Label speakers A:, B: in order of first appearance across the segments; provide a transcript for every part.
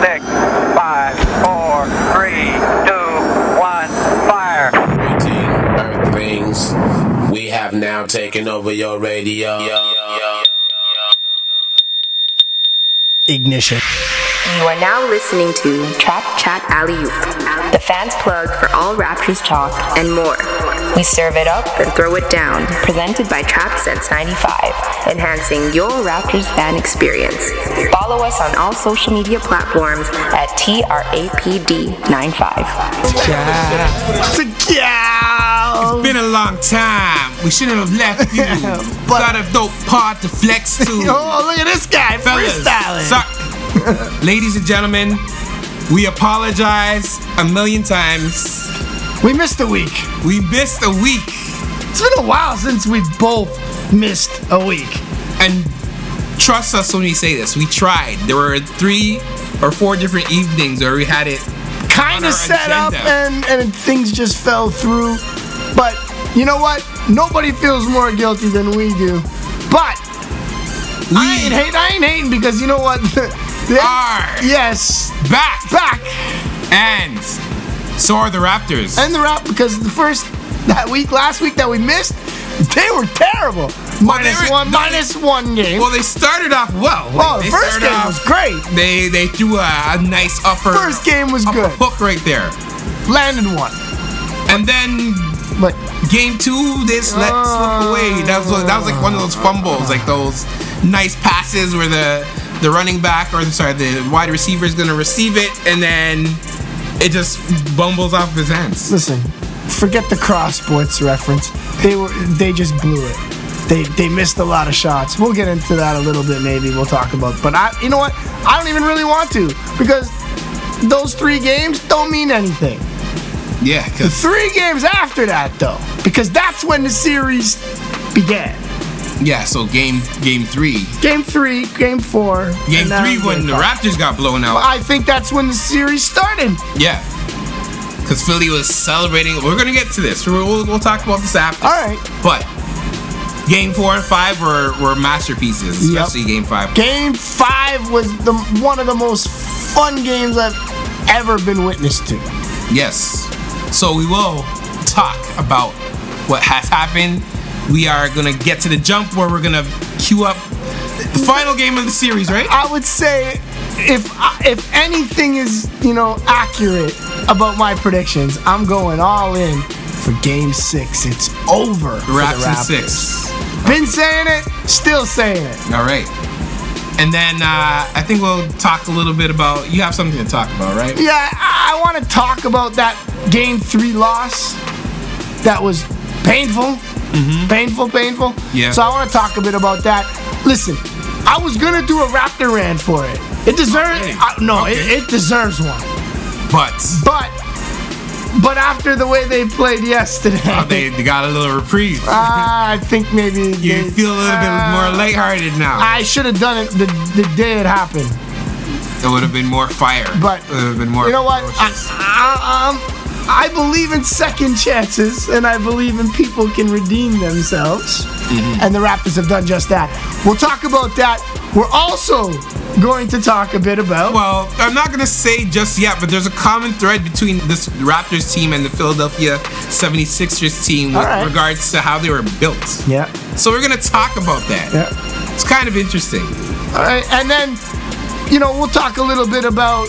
A: six, five, four, three, two, one, fire.
B: Greeting, Earthlings. We have now taken over your radio.
C: Ignition.
D: You are now listening to Trap Chat Alley Oop, the fans plug for all Raptors talk and more. We serve it up and throw it down. Presented by Trap Sense 95, enhancing your Raptors fan experience. Follow us on all social media platforms at TRAPD95.
E: It's been a long time. We shouldn't have left you.
C: But-
E: Got a dope pod to flex to.
C: Oh, look at this guy
E: Fellas,
C: freestyling.
E: so- ladies and gentlemen, we apologize a million times.
C: We missed a week.
E: We missed a week,
C: It's been a while since we both missed a week.
E: and trust us when we say this. We tried. There were three or four different evenings where we had it.
C: Kind
E: on our
C: of set up
E: agenda.
C: and, and things just fell through. But you know what? Nobody feels more guilty than we do. But I ain't hate. I ain't hating because you know what? They-
E: Are.
C: Yes,
E: Back,
C: back
E: and so are the Raptors.
C: and the rap because the first that week, last week that we missed, they were terrible. Minus
E: were-
C: one,
E: no, they-
C: minus one game.
E: well, they started off well.
C: oh, the
E: They
C: first
E: started
C: game
E: off-
C: was great.
E: They they threw a, a nice upper.
C: First game was
E: upper
C: good.
E: Hook right there,
C: Landed one,
E: and then
C: but
E: game two they just let
C: Oh.
E: slip away. That was that was like one of those fumbles, like those nice passes where the the running back or sorry the wide receiver is gonna receive it, and then it just bumbles off his hands.
C: listen, forget the crossboards reference. They were they just blew it. They they missed a lot of shots. We'll get into that a little bit maybe. We'll talk about. But I you know what? I don't even really want to because those three games don't mean anything.
E: Yeah, because
C: Three games after that though, because that's when the series began.
E: yeah, so game game three,
C: Game three, game four.
E: game
C: and now
E: three when
C: game
E: the
C: five.
E: Raptors got blown out.
C: I think that's when the series started.
E: Yeah. Because Philly was celebrating. We're going to get to this. We'll, we'll, we'll talk about this after.
C: All right.
E: But game four and five were, were masterpieces,
C: Yep.
E: especially game five.
C: Game five was the one of the most fun games I've ever been witness to.
E: yes. So we will talk about what has happened. We are going to get to the jump where we're going to queue up the final game of the series, right?
C: I would say, if I- if anything is you know accurate about my predictions, I'm going all in for Game six. It's over. for the
E: Raps in
C: Raptors.
E: six.
C: Been saying it, still saying it.
E: All right. And then uh, I think we'll talk a little bit about. You have something to talk about, right?
C: Yeah, I, I want to talk about that game three loss. That was painful, painful, painful.
E: Mm-hmm. Yeah.
C: So I want to talk a bit about that. Listen, I was gonna do a Raptor rant for it. It deserves
E: Okay.
C: I- no,
E: Okay.
C: it, it deserves one.
E: But
C: But but after the way they played yesterday,
E: Oh, they, they got a little reprieve.
C: Ah. I think maybe
E: you
C: they-
E: feel a little bit
C: uh,
E: more lighthearted now.
C: I should have done it the, the day it happened.
E: it would have been more fire.
C: But
E: it would have been more.
C: You know what? I,
E: ferocious.
C: I, um, I believe in second chances, and I believe in people can redeem themselves.
E: Mm-hmm.
C: And the Raptors have done just that. We'll talk about that. We're also going to talk a bit about.
E: well, I'm not gonna say just yet, but there's a common thread between this Raptors team and the Philadelphia 76ers team with
C: All right.
E: regards to how they were built.
C: yeah.
E: So we're gonna talk about that.
C: Yeah.
E: It's kind of interesting.
C: All right. And then, you know, we'll talk a little bit about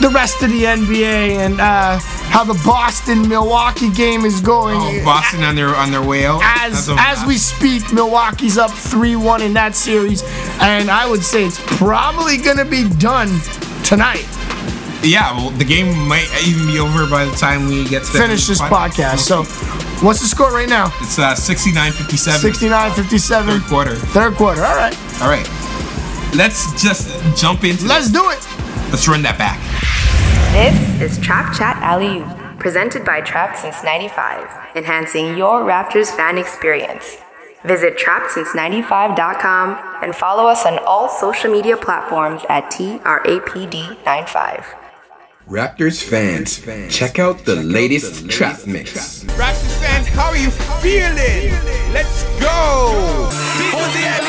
C: the rest of the NBA and uh, how the Boston Milwaukee game is going.
E: Oh, Boston on their on their way out.
C: as
E: of
C: as we
E: last-
C: speak, Milwaukee's up 3-1 in that series, and I would say it's probably gonna be done tonight.
E: yeah, well, the game might even be over by the time we get to the
C: Finish this podcast. So, what's the score right now?
E: it's uh, 69-57.
C: 69-57.
E: Third quarter.
C: Third quarter. All right,
E: All right. Let's just jump into
C: let's do it.
E: Let's run that back.
D: This is Trap Chat Alley Oop, presented by Trap Since 95, enhancing your Raptors fan experience. Visit trapsince95.com and follow us on all social media platforms at TRAPD95.
F: Raptors fans, check out the latest trap mix.
E: Raptors fans, how are you feeling? Let's go.
G: They about that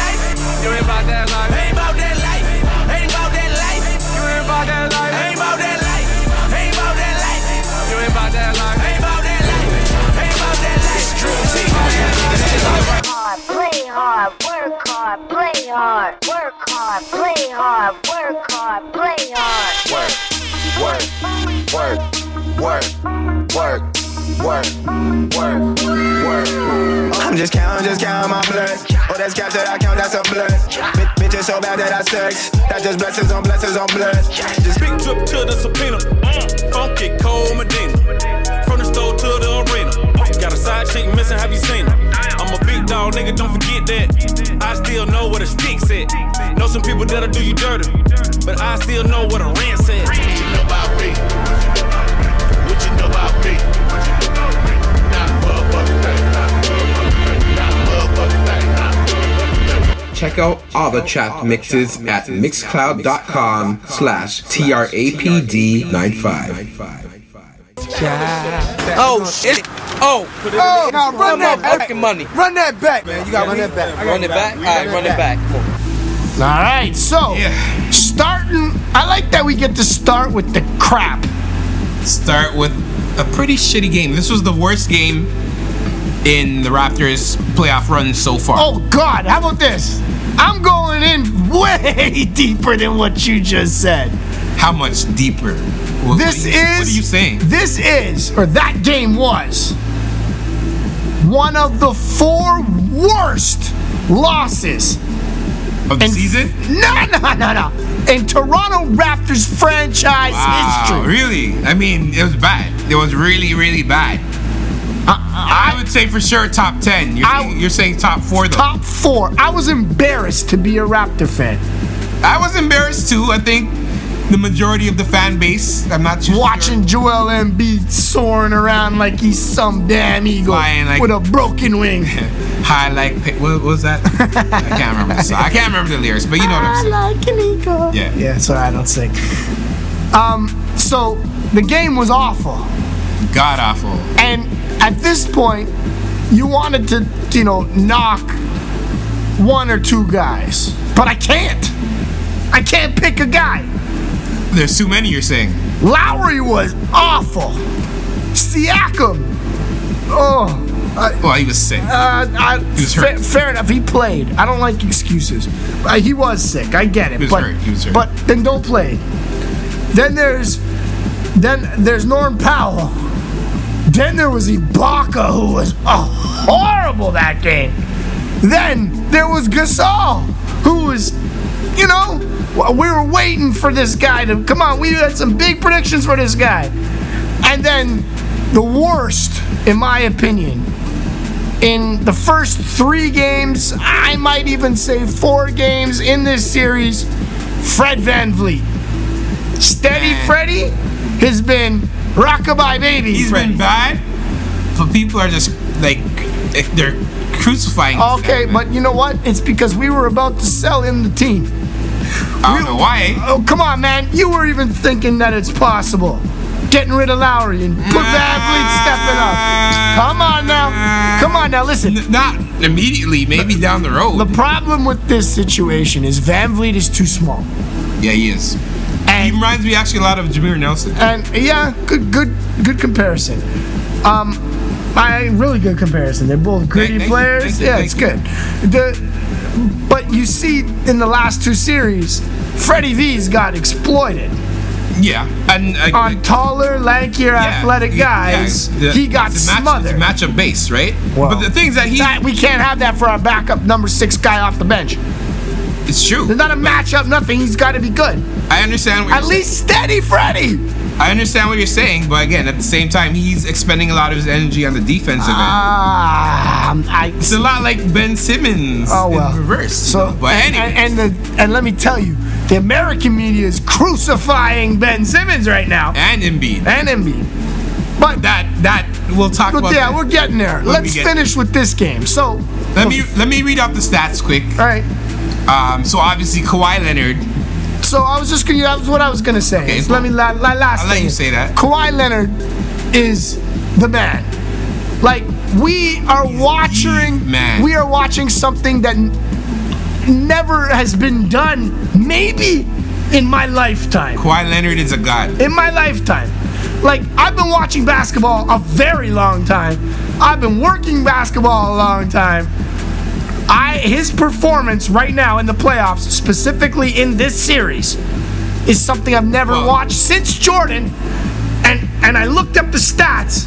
G: life. You ain't about that life. They about that life. hard, play hard, work hard, play hard, work hard, play hard.
B: Work, work, work, work, work, work, work, work.
H: I'm just counting, just counting my bloods. Oh, that's cash that I count, that's a blood. Bitch, bitch is so bad that I sex. That's just blessings on blessings on bloods. Just
I: Big trip to the subpoena. Funky cold Medina. From the store to the arena. Got a side chick missing, have you seen her? I'm a big dog, nigga, don't forget that. I still know what a stick's at. Know some people that'll do you dirty. But I still know what a rent's at.
F: Check out all the trap mixes at mixcloud.com slash trapd95.
J: Oh shit. Oh,
C: Oh, now run
J: I'm
C: that
J: on
C: back.
J: fucking money.
C: Run that back, man. You got
J: Run it back. Run it back. All right, run it back.
C: All right, so
E: Yeah.
C: starting. I like that we get to start with the crap.
E: start with a pretty shitty game. This was the worst game in the Raptors playoff run so far.
C: Oh God, how about this? I'm going in way deeper than what you just said.
E: How much deeper? What,
C: This
E: what are you,
C: is
E: What are you saying?
C: This is, or that game was, one of the four worst losses
E: Of the season?
C: No, no, no, no. In Toronto Raptors franchise
E: Wow,
C: history.
E: Ah, really? I mean, it was bad. It was really, really bad. I, would say for sure top ten. You're,
C: Uh-uh. I-
E: saying, you're saying top four though.
C: Top four. I was embarrassed to be a Raptor fan.
E: I was embarrassed too. I think the majority of the fan base. I'm not too
C: Watching Joel Embiid soaring around like he's some damn eagle
E: Flying like-
C: with a broken wing.
E: sure. high like pa- what, what was that? I can't remember. The, song. I can't remember the lyrics, but you know what I'm saying.
C: like an eagle.
E: Yeah.
C: Yeah, so I don't sing. Um, so the game was awful.
E: God awful.
C: And at this point, you wanted to, you know, knock one or two guys. But I can't. I can't pick a guy.
E: There's too many. You're saying.
C: Lowry was awful. Siakam. Oh,
E: Well, he was sick.
C: uh, I,
E: was
C: fa-
E: hurt.
C: fair enough. He played. I don't like excuses. Uh, he was sick. I get it.
E: was
C: but,
E: hurt. He was hurt.
C: But then don't play. Then there's, then there's Norm Powell. Then there was Ibaka, who was oh, horrible that game. Then there was Gasol, who was, you know, w- we were waiting for this guy to come on. We had some big predictions for this guy, and then the worst, in my opinion, in the first three games, I might even say four games in this series, Fred Van Vliet. Steady Freddy has been rockabye baby.
E: He's
C: Freddy.
E: been bad, but people are just like eh, they're crucifying. this
C: Okay,
E: guy, man.
C: but you know what? It's because we were about to sell in the team.
E: I don't know why.
C: Oh, come on, man. You were even thinking that it's possible. Getting rid of Lowry and put Van Vliet stepping up. Come on now. Come on now. Listen,
E: N- Not immediately, maybe down the road.
C: the problem with this situation is Van Vliet is too small.
E: yeah, he is. He
C: And
E: reminds me actually a lot of Jameer Nelson.
C: and yeah, good, good, good comparison. Um, I really good comparison. They're both gritty
E: thank you,
C: players.
E: thank you,
C: yeah,
E: thank
C: it's
E: you.
C: good. The, but you see, in the last two series, Freddie V's got exploited
E: Yeah, and uh,
C: on taller, lankier,
E: yeah,
C: athletic
E: yeah,
C: guys.
E: yeah,
C: he got
E: it's a match-
C: smothered.
E: It's a matchup base, right?
C: Wow.
E: But the things that he
C: That- we can't have that for our backup number six guy off the bench.
E: it's true.
C: There's not a matchup, nothing. He's got to be good.
E: I understand what
C: At
E: you're
C: least steady, Freddie.
E: I understand what you're saying, but again, at the same time, he's expending a lot of his energy on the defensive end.
C: Ah, I
E: It's a lot like Ben Simmons
C: Oh well.
E: in reverse.
C: So,
E: but
C: and,
E: anyway,
C: and, and the and let me tell you, the American media is crucifying Ben Simmons right now
E: and, Embiid.
C: and Embiid. But
E: that that we'll talk
C: but
E: about.
C: yeah,
E: that.
C: we're getting there.
E: Let me
C: Let's
E: get-
C: finish with this game. So
E: Let me let me read off the stats quick.
C: all right.
E: Um, so obviously Kawhi Leonard.
C: So I was just gonna. That was what I was gonna say.
E: Okay,
C: Just let me la, la, last.
E: I'll let
C: thing
E: you
C: is,
E: say that.
C: Kawhi Leonard is the man. Like we are watching.
E: man.
C: We are watching something that n- never has been done. Maybe in my lifetime.
E: Kawhi Leonard is a god.
C: in my lifetime. Like, I've been watching basketball a very long time. I've been working basketball a long time. I his performance right now in the playoffs, specifically in this series, is something I've never
E: Well-
C: watched since Jordan. And and I looked up the stats,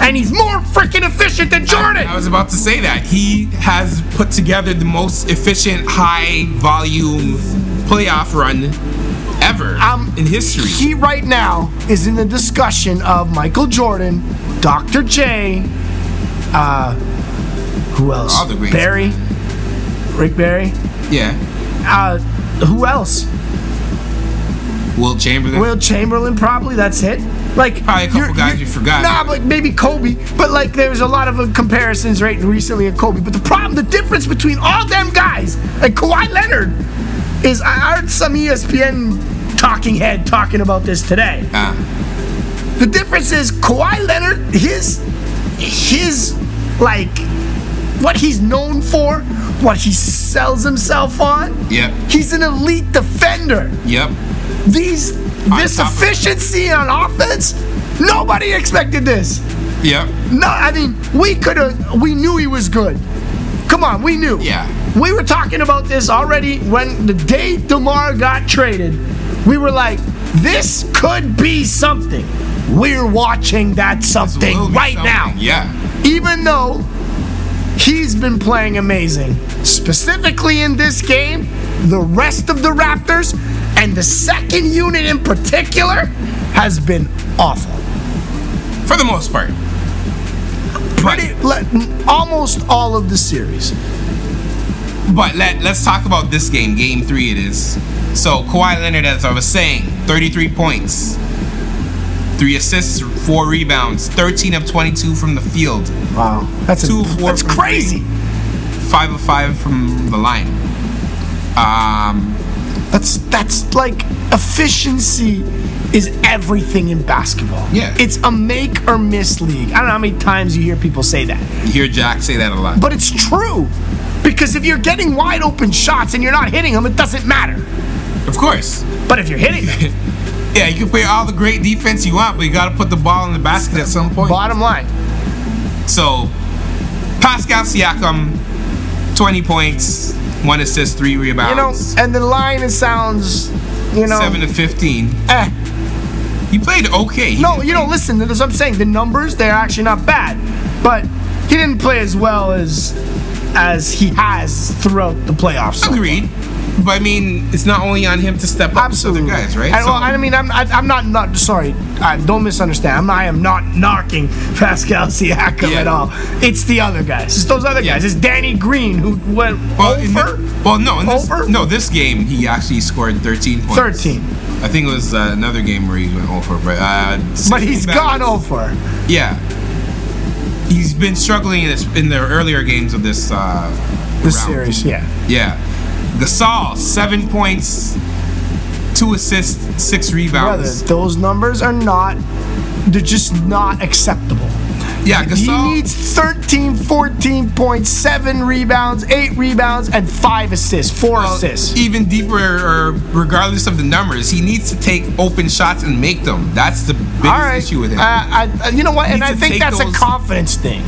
C: and he's more freaking efficient than Jordan.
E: I, I was about to say that he has put together the most efficient, high volume playoff run ever
C: Um,
E: in history.
C: He right now is in the discussion of Michael Jordan, Dr. J, uh, who else?
E: All the greats.
C: Barry, Rick Barry.
E: yeah,
C: Uh, who else?
E: Will Chamberlain.
C: Will Chamberlain, probably. That's it. Like
E: Probably a couple
C: you're-
E: guys
C: you're-
E: you forgot.
C: Nah, but maybe Kobe. But like, there's a lot of uh, comparisons right recently of Kobe. But the problem, the difference between all them guys and Kawhi Leonard is I heard some E ESPN talking head talking about this today.
E: Ah,
C: The difference is Kawhi Leonard, his his like what he's known for, what he sells himself on.
E: Yep.
C: He's an elite defender.
E: yep.
C: These this
E: top of-
C: efficiency on offense, nobody expected this.
E: Yep.
C: No, I mean, we could have, we knew he was good. Come on, we knew.
E: Yeah.
C: We were talking about this already when the day DeMar got traded. We were like, this could be something. We're watching that something
E: Will be
C: right
E: something.
C: now.
E: Yeah.
C: Even though he's been playing amazing, specifically in this game, the rest of the Raptors, and the second unit in particular, has been awful.
E: For the most part.
C: pretty le- almost all of the series.
E: But let, let's talk about this game. Game three it is. So Kawhi Leonard, as I was saying, 33 points, three assists, four rebounds, 13 of 22 from the field,
C: Wow, that's a-
E: Two, four
C: that's
E: from three.
C: crazy.
E: five of five from the line. Um,
C: That's that's like efficiency is everything in basketball.
E: Yeah.
C: it's a make or miss league. I don't know how many times you hear people say that,
E: you hear Jack say that a lot.
C: but it's true. Because if you're getting wide open shots and you're not hitting them, it doesn't matter.
E: of course.
C: But if you're hitting them,
E: Yeah, you can play all the great defense you want, but you got to put the ball in the basket at some point.
C: bottom line,
E: So, Pascal Siakam, 20 points, one assist, three
C: you know,
E: rebounds,
C: and the line it sounds, you know,
E: seven to 15.
C: eh.
E: He played okay. He
C: No, you know, listen, that's what I'm saying. The numbers, they're actually not bad. But he didn't play as well as as he has throughout the playoffs. so
E: Agreed. But I mean, it's not only on him to step up
C: Absolutely,
E: with other guys, right?
C: And,
E: So-
C: well, I mean, I'm, I, I'm not not sorry. Uh, don't misunderstand. I'm, I am not knocking Pascal Siakam
E: Yeah.
C: at all. It's the other guys. It's those other
E: Yeah.
C: guys. It's Danny Green who went
E: well, in
C: over
E: thi- well, no, in this,
C: Over?
E: no, this game he actually scored 13 points.
C: 13,
E: I think it was uh, another game where he went over, but uh,
C: but he's
E: 16
C: gone
E: battles.
C: over.
E: Yeah, he's been struggling in, this, in the earlier games of this uh,
C: This
E: round.
C: series, yeah.
E: Yeah, Gasol seven points, two assists, six
C: Brother,
E: rebounds.
C: those numbers are not. They're just not acceptable.
E: yeah, Gasol.
C: He needs 13, 14 points, 7 rebounds, 8 rebounds, and 5 assists, 4
E: Well,
C: assists.
E: uh, Even deeper, or regardless of the numbers, he needs to take open shots and make them. That's the biggest
C: All right.
E: issue with him.
C: Uh, I, uh, you know what? And
E: Needs
C: I
E: to
C: think
E: take
C: that's
E: those-
C: a confidence thing.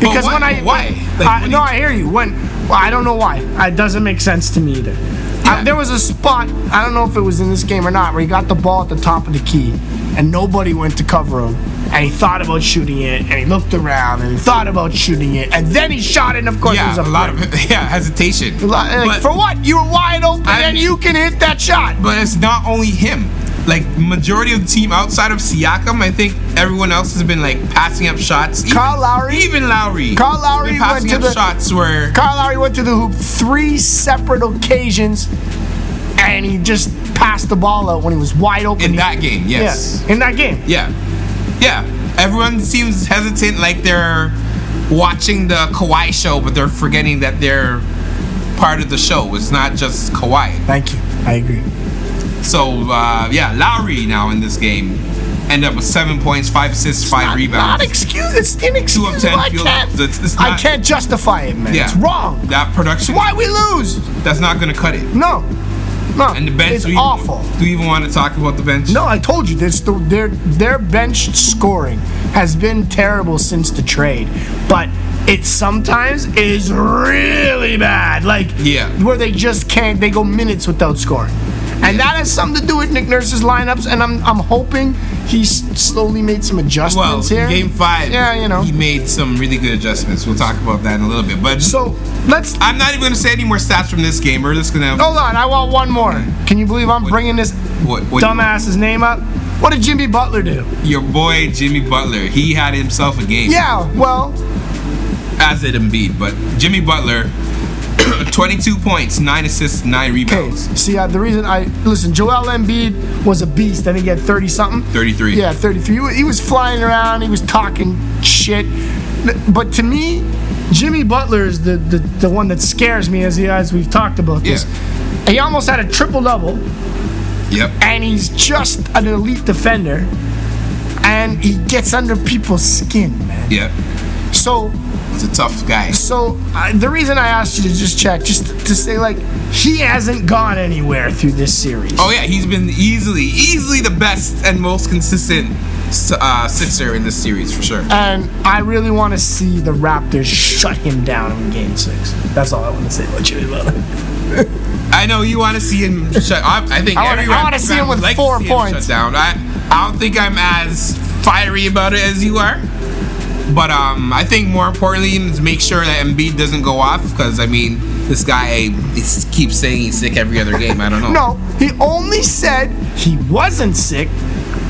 C: Because
E: why-
C: when I
E: why? Like,
C: I-
E: what do
C: no,
E: you-
C: I hear you. When well, I don't know why. Uh, It doesn't make sense to me either. I-
E: Yeah.
C: there was a spot. I don't know if it was in this game or not, where he got the ball at the top of the key, and nobody went to cover him. And he thought about shooting it, and he looked around, and he thought about shooting it, and then he shot it. And of course, it
E: yeah,
C: was
E: a lot
C: brick.
E: of yeah hesitation.
C: Li- Like,
E: but,
C: for what? You were wide open
E: I-
C: and you can hit that shot.
E: but it's not only him. Like majority of the team outside of Siakam, I think everyone else has been like passing up shots. Even,
C: Kyle Lowry-
E: even Lowry,
C: Kyle Lowry
E: been
C: went
E: passing
C: to
E: up
C: the-
E: shots where
C: Kyle Lowry went to the hoop three separate occasions and he just passed the ball out when he was wide open.
E: in
C: He-
E: that game. Yes,
C: Yeah, in that game.
E: Yeah. Yeah. Everyone seems hesitant like they're watching the Kawhi show, but they're forgetting that they're part of the show. It's not just Kawhi.
C: Thank you. I agree.
E: So, uh, yeah, Lowry now in this game end up with seven points, five assists, five
C: Not- Not
E: rebounds.
C: excuse. It's
E: Two of
C: inexcusable.
E: ten
C: I
E: field
C: can't.
E: goals. It's- it's
C: I
E: not-
C: can't justify it, man.
E: Yeah.
C: It's wrong.
E: that
C: It's
E: production,
C: why we lose.
E: that's not going to cut it.
C: No. No.
E: And the bench,
C: It's
E: do you-
C: awful.
E: Do you even want to talk about the bench?
C: No, I told you this. The, their their bench scoring has been terrible since the trade, but it sometimes is really bad. Like
E: Yeah.
C: where they just can't. They go minutes without scoring. And that has something to do with Nick Nurse's lineups, and I'm, I'm hoping he's slowly made some
E: Well,
C: adjustments here.
E: game five,
C: Yeah, you know.
E: he made some really good adjustments. We'll talk about that in a little bit. But
C: So let's
E: I'm not even gonna say any more stats from this game. We're just gonna
C: Hold on, I want one more. Can you believe I'm
E: What-
C: bringing this
E: what- what do you want?
C: dumbass's name up? What did Jimmy Butler do?
E: your boy Jimmy Butler. He had himself a game.
C: Yeah, well,
E: As did Embiid, but Jimmy Butler, 22 points, nine assists, nine
C: okay.
E: rebounds.
C: See, uh, the reason I listen, Joel Embiid was a beast. I think he had thirty something.
E: 33.
C: Yeah, thirty three. He wa- He was flying around. He was talking shit. But to me, Jimmy Butler is the the, the one that scares me as the as we've talked about this. He almost had a triple double.
E: Yep.
C: and he's just an elite defender and he gets under people's skin man
E: Yep.
C: so
E: He's a tough guy.
C: so I the reason i asked you to just check just to say like he hasn't gone anywhere through this series
E: Oh yeah, he's been easily, easily the best and most consistent uh, sixer in this series for sure.
C: and i really want to see the raptors shut him down in game six that's all i want to say about jimmy butler
E: I know you want to see him shut. I, I think
C: I wanna-
E: everyone
C: I wanna see him with
E: would like to
C: four
E: see him
C: points.
E: shut down. I, I don't think I'm as fiery about it as you are, but um, I think more importantly is make sure that Embiid doesn't go off because I mean this guy is, keeps saying he's sick every other game. I don't know.
C: no he only said he wasn't sick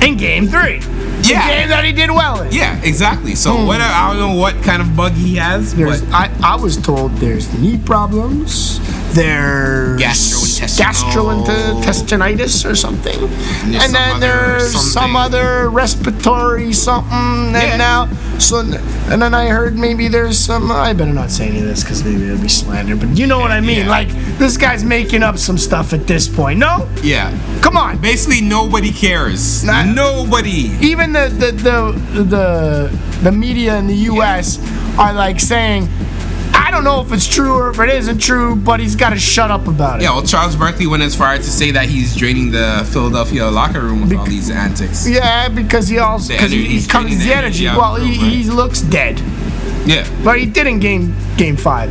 C: in game three
E: Yeah.
C: the game that he did well in
E: Yeah, exactly. So
C: Hmm.
E: what I don't know what kind of bug he has,
C: There's,
E: but uh,
C: I, I was told there's knee problems, there's
E: Gastrointestinal-
C: gastrointestinitis or something, and,
E: some
C: then
E: other
C: there's some
E: something.
C: other respiratory something. And
E: Yeah.
C: now, so and then I heard maybe there's some. I better not say any of this because maybe it'll be slander. But you know what I mean.
E: Yeah.
C: Like this guy's making up some stuff at this point. No,
E: yeah,
C: come on.
E: basically nobody cares.
C: Nah.
E: nobody.
C: even the the the the, the media in the U.S. are like saying, I don't know if it's true or if it isn't true, but he's got to shut up about it.
E: Yeah, well, Charles Barkley went as far to say that he's draining the Philadelphia locker room with all
C: Bec-
E: these antics.
C: Yeah, because he also
E: The
C: because he,
E: energy-
C: he
E: he's
C: comes
E: taking
C: the
E: the
C: energy.
E: energy out
C: well,
E: of the
C: he,
E: room, right?
C: he looks dead,
E: Yeah.
C: but he did in game game five.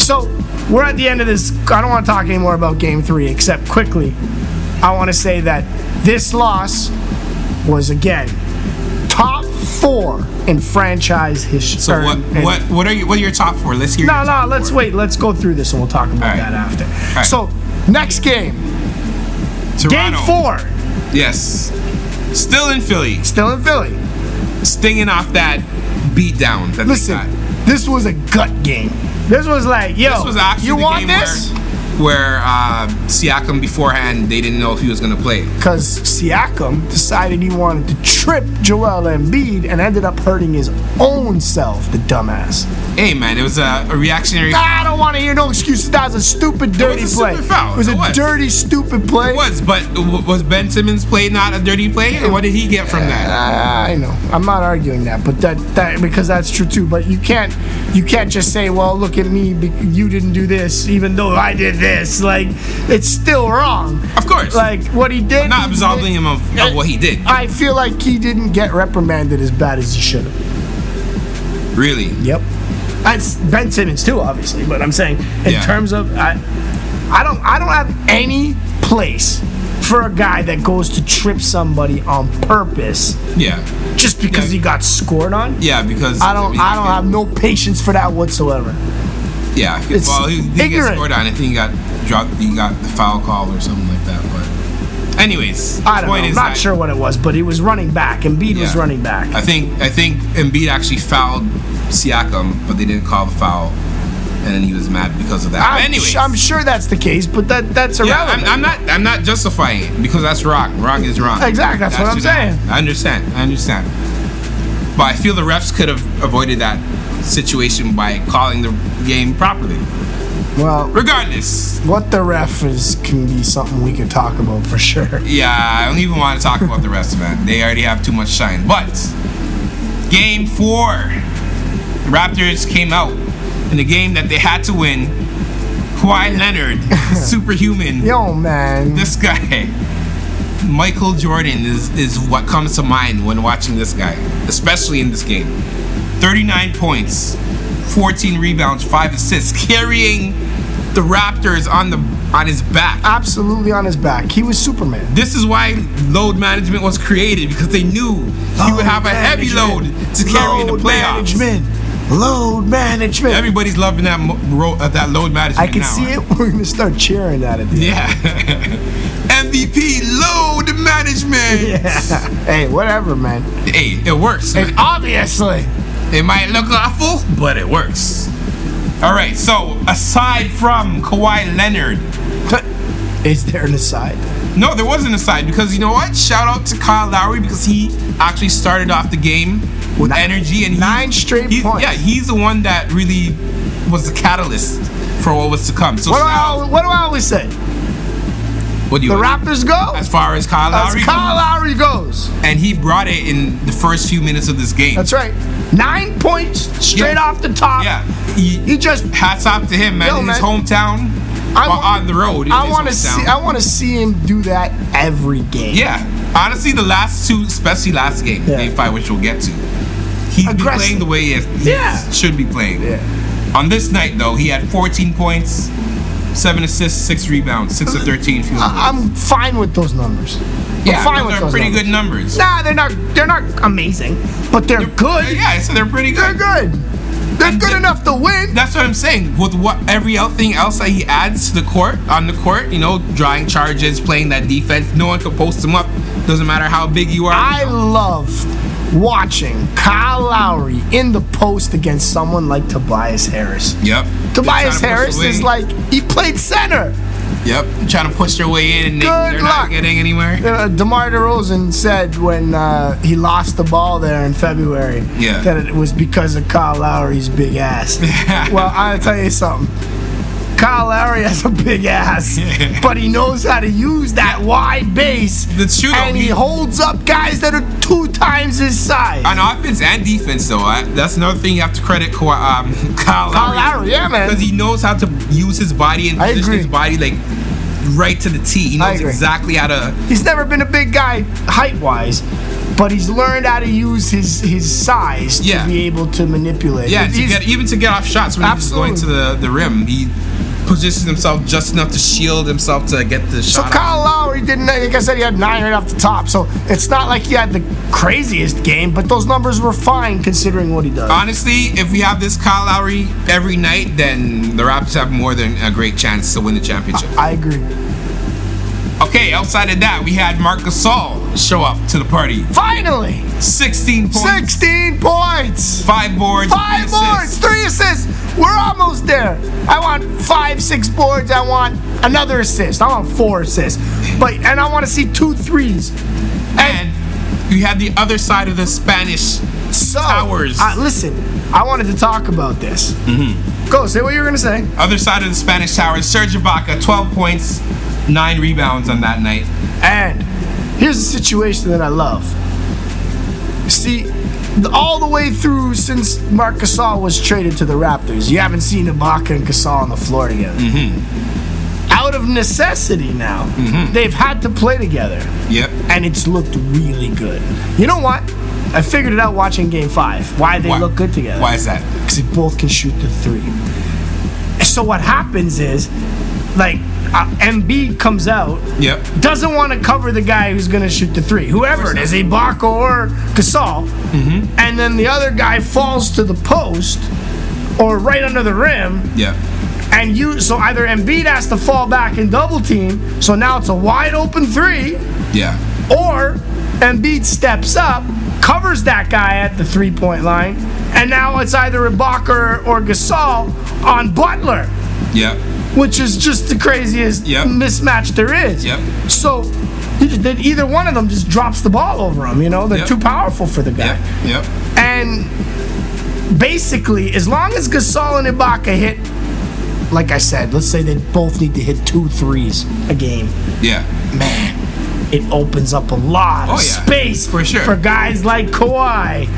C: So we're at the end of this. I don't want to talk anymore about game three, except quickly, I want to say that this loss was again top four in franchise er, history.
E: So what? What? What are you? What are your top four? Let's hear.
C: No,
E: your
C: no,
E: top
C: let's
E: four.
C: wait. Let's go through this and we'll talk about
E: All right.
C: that after.
E: right.
C: So, next game, game
E: Toronto.
C: four,
E: Yes. Still in Philly,
C: still in Philly.
E: stinging off that beatdown. That
C: Listen,
E: they got.
C: this was a gut game. This was like, yo,
E: this was actually
C: you
E: the
C: want
E: game
C: this?
E: where, where uh, Siakam beforehand they didn't know if he was gonna play.
C: Because Siakam decided he wanted to trip Joel Embiid and ended up hurting his own self, the dumbass.
E: Hey man, it was a, a reactionary.
C: I don't want to hear no excuses. That was a stupid, dirty
E: a
C: play.
E: stupid foul.
C: It was
E: It
C: a
E: was.
C: dirty, stupid play.
E: It was, but w- was Ben Simmons' play not a dirty play? And what did he get from that?
C: I know. I'm not arguing that, but that that because that's true too. But you can't you can't just say, "Well, look at me, bec- you didn't do this, even though I did this." Like it's still wrong.
E: Of course.
C: Like what he did.
E: not
C: he
E: absolving
C: did-
E: him of, of what he did.
C: I feel like he didn't get reprimanded as bad as he should have.
E: Really.
C: Yep. That's Ben Simmons too, obviously. But I'm saying in
E: Yeah.
C: terms of I, I don't I don't have any place for a guy that goes to trip somebody on purpose
E: Yeah.
C: just because he
E: Yeah.
C: got scored on.
E: Yeah, because
C: I don't. I don't have no patience for that whatsoever.
E: Yeah,
C: it's
E: well, he did
C: ignorant.
E: get scored on. I think he got dropped. He got the foul call or something like that. But, anyways,
C: I don't know.
E: point
C: I'm
E: is
C: not
E: that-
C: sure what it was, but he was running back. Embiid was
E: Yeah.
C: running back.
E: I think I think Embiid actually fouled Siakam, but they didn't call the foul, and then he was mad because of that.
C: I'm,
E: Anyways,
C: sh- I'm sure that's the case, but that that's
E: yeah,
C: irrelevant.
E: I'm, I'm not I'm not justifying it because that's rock. Rock is wrong.
C: Exactly, that's what I'm
E: just-
C: saying.
E: I understand. I understand. But I feel the refs could have avoided that situation by calling the game properly.
C: well,
E: Regardless,
C: what the ref is can be something we could talk about for sure.
E: Yeah, I don't even want to talk about the rest of it. They already have too much shine. But game four, Raptors came out in a game that they had to win. Kawhi Leonard, superhuman.
C: Yo, man.
E: This guy, Michael Jordan, is is what comes to mind when watching this guy, especially in this game. 39 points, 14 rebounds, five assists, carrying the Raptors on the on his back.
C: Absolutely on his back. He was Superman.
E: This is why load management was created because they knew he would have a heavy load to carry in the
C: Load
E: playoffs.
C: Management. Load management.
E: Everybody's loving that mo- ro- uh, that load management.
C: I can
E: now,
C: see
E: huh?
C: it. We're gonna start cheering at it. dude.
E: Yeah. MVP load management.
C: Hey, whatever, man.
E: Hey, it works.
C: And obviously,
E: It might look awful, but it works. All right. So aside from Kawhi Leonard,
C: is there an aside?
E: no, there wasn't a side because you know what? Shout out to Kyle Lowry because he actually started off the game with
C: Nine-
E: energy and he-
C: nine straight
E: he-
C: points.
E: Yeah, he's the one that really was the catalyst for what was to come. So
C: What do, I,
E: shout-
C: al- what do I always say?
E: what do you
C: The Raptors go
E: as far as Kyle Lowry,
C: as Kyle Lowry goes.
E: and he brought it in the first few minutes of this game.
C: That's right. Nine points straight
E: Yeah.
C: off the top.
E: Yeah, he,
C: He just.
E: hats off to him, man.
C: Yo,
E: in his
C: man.
E: hometown,
C: I
E: well,
C: wa-
E: on the road. in
C: I
E: his
C: want to
E: hometown.
C: see. I want to see him do that every game.
E: yeah, honestly, the last two, especially last game,
C: Yeah.
E: game five, which we'll get to, he's been
C: Aggressive.
E: playing the way he, is- he
C: Yeah.
E: should be playing.
C: Yeah.
E: On this night, though, he had 14 points, seven assists, six rebounds, six of 13 field goals.
C: I- I'm fine with those numbers.
E: yeah,
C: I'm fine with
E: those are
C: those
E: pretty
C: numbers.
E: good numbers.
C: Nah, they're not. They're not amazing, but they're, good.
E: Yeah, so they're pretty
C: They're
E: good.
C: good. They're good enough to win.
E: That's what I'm saying. With what every el- thing else that he adds to the court, on the court, you know, drawing charges, playing that defense, no one can post him up. Doesn't matter how big you are.
C: I loved watching Kyle Lowry in the post against someone like Tobias Harris.
E: yep.
C: Tobias
E: They're trying to push
C: Harris
E: their
C: is
E: way-
C: like he played center.
E: Yep. Trying to push their way in and they,
C: Good
E: are
C: luck.
E: not getting anywhere.
C: Uh, DeMar DeRozan said when uh, he lost the ball there in February
E: Yeah.
C: that it was because of Kyle Lowry's big ass. well, I'll tell you something. Kyle Lowry has a big ass, but he knows how to use that wide base.
E: That's true, though.
C: And he
E: He-
C: holds up guys that are two times his size.
E: On offense and defense, though, I, that's another thing you have to credit Kawhi, um, Kyle
C: Kyle
E: Lowry.
C: Lowry, yeah, man.
E: Because he knows how to use his body and
C: I
E: position his
C: agree.
E: body like right to the tee. He
C: I
E: knows
C: agree.
E: exactly how to
C: He's never been a big guy height wise, but he's learned how to use his his size
E: Yeah.
C: to be able to manipulate.
E: Yeah, to
C: He's-
E: get, even to get off shots when he's
C: Absolutely.
E: going to the, the rim, he positions himself just enough to shield himself to get the
C: so
E: shot. off.
C: Kyle Lowry didn't. Like I said, he had nine right off the top. So it's not like he had the craziest game, but those numbers were fine considering what he does.
E: Honestly, if we have this Kyle Lowry every night, then the Raptors have more than a great chance to win the championship.
C: I agree.
E: Okay, outside of that, we had Marc Gasol show up to the party.
C: Finally,
E: 16 points,
C: sixteen points.
E: five boards,
C: Five
E: three
C: boards,
E: assists.
C: three assists. We're almost there. I want five, six boards. I want another assist. I want four assists. But and I want to see two threes.
E: And we had the other side of the Spanish
C: So,
E: towers.
C: Uh, listen, I wanted to talk about this.
E: Mm-hmm.
C: Go say what you were gonna say.
E: other side of the Spanish towers, Serge Ibaka, 12 points, nine rebounds on that night.
C: And here's a situation that I love. See, th- all the way through since Marc Gasol was traded to the Raptors, you haven't seen Ibaka and Gasol on the floor together.
E: Mm-hmm.
C: Out of necessity now, they've had to play together.
E: Yep.
C: and it's looked really good. You know what? I figured it out watching Game Five. Why they
E: Why-
C: look good together?
E: Why is that?
C: Because they both can shoot the three. So what happens is, like, uh, MB comes out,
E: Yep.
C: doesn't want to cover the guy who's gonna shoot the three, whoever it is, Ibaka or Gasol,
E: Mm-hmm.
C: and then the other guy falls to the post or right under the rim.
E: Yep.
C: And you, so either Embiid has to fall back and double team, so now it's a wide open three,
E: Yeah.
C: or Embiid steps up, covers that guy at the three point line, and now it's either Ibaka or Gasol on Butler,
E: Yep.
C: which is just the craziest
E: Yep.
C: mismatch there is.
E: Yep.
C: So he just- that either one of them just drops the ball over him, you know? They're
E: Yep.
C: too powerful for the guy.
E: Yep. Yep.
C: And basically, as long as Gasol and Ibaka hit, like I said, let's say they both need to hit two threes a game
E: Yeah.
C: man, it opens up a lot of
E: Oh, yeah.
C: space
E: For sure.
C: for guys like Kawhi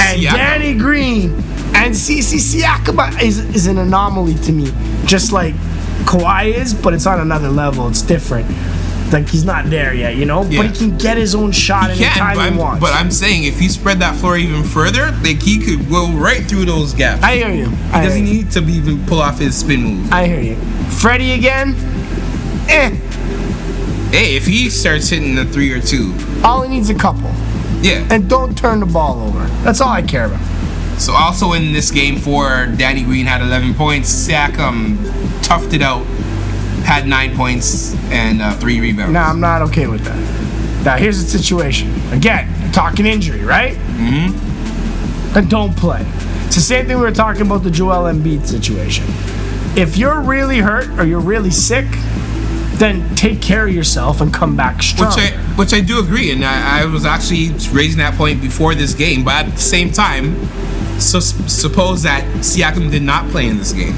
C: and
E: Siakam.
C: Danny Green and CC Siakam is, is an anomaly to me, just like Kawhi is, but it's on another level. It's different. Like he's not there yet, you know.
E: Yeah.
C: But he can get his own shot
E: He can,
C: anytime
E: but
C: he
E: I'm,
C: wants.
E: but I'm saying if you spread that floor even further, like he could go right through those gaps.
C: I hear you.
E: he
C: I hear
E: doesn't
C: you.
E: need to be even pull off his spin move.
C: I hear you. Freddie again. Eh.
E: Hey, if he starts hitting a three or two,
C: All he needs is a couple,
E: yeah.
C: and don't turn the ball over. That's all I care about.
E: So also in this game four, Danny Green had 11 points. Siakam toughed it out, had nine points and uh, three rebounds.
C: Now I'm not okay with that. Now here's the situation. Again, talking injury, right? Mm-hmm.
E: Mm-hmm.
C: And don't play. It's the same thing we were talking about the Joel Embiid situation. If you're really hurt or you're really sick, then take care of yourself and come back
E: which
C: strong.
E: I which I do agree, and I, I was actually raising that point before this game. But at the same time, so suppose that Siakam did not play in this game,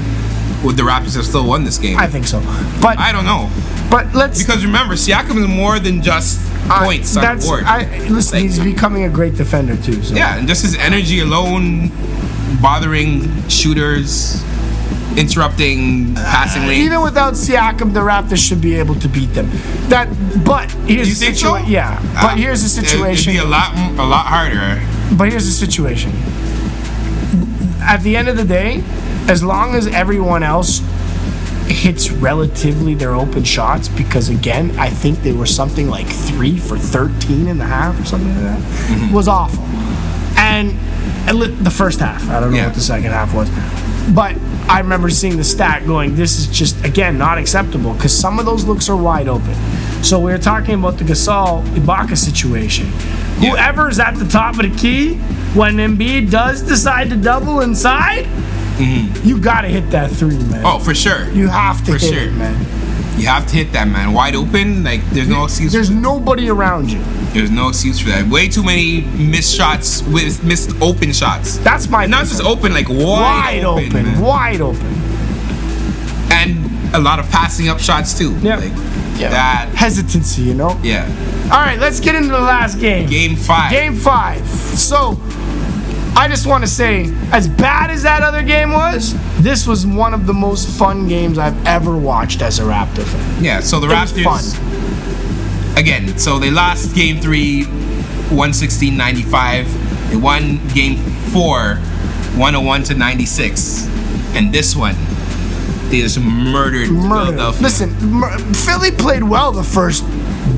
E: would the Raptors have still won this game?
C: I
E: I,
C: think so. But
E: don't know
C: but let's
E: because remember Siakam is more than just
C: I-
E: points on the
C: that's
E: board.
C: I listen,
E: Like-
C: he's becoming a great defender too. So
E: yeah, and just his energy alone, bothering shooters, interrupting passing lanes.
C: Uh, Even without Siakam, the Raptors should be able to beat them. That, but here's
E: You
C: the
E: think
C: situation.
E: so?
C: Yeah,
E: Uh,
C: but here's the
E: it'd-
C: situation.
E: It'd be a lot, m- a lot harder.
C: But here's the situation. At the end of the day, as long as everyone else hits relatively their open shots, because again, I think they were something like three for 13 and a half or something like that,
E: Mm-hmm.
C: was awful. And at li- the first half, I don't know
E: Yeah.
C: what the second half was. But I remember seeing the stat going, this is just, again, not acceptable because some of those looks are wide open. So we were talking about the Gasol Ibaka situation. Whoever's at the top of the key, when Embiid does decide to double inside, you gotta hit that three, man.
E: Mm-hmm. Oh, for sure.
C: you have to
E: for
C: hit
E: sure.
C: it, man.
E: You have to hit that man wide open. Like there's no excuse.
C: There's nobody around you.
E: There's no excuse for that. Way too many missed shots with missed open shots.
C: That's my
E: And not just
C: concern.
E: open, like wide,
C: wide open,
E: man.
C: wide open.
E: and a lot of passing up shots too.
C: Yeah.
E: Like, That.
C: hesitancy, you know.
E: Yeah.
C: All right, let's get into the last game.
E: Game five.
C: Game five. So, I just want to say, as bad as that other game was, this was one of the most fun games I've ever watched as a Raptor fan.
E: Yeah. So the
C: It was
E: Raptors.
C: fun.
E: again, so they lost game three, 116-95. They won game four, 101 to 96. And this one, they just murdered,
C: Murder.
E: Philadelphia.
C: Listen, mur- Philly played well the first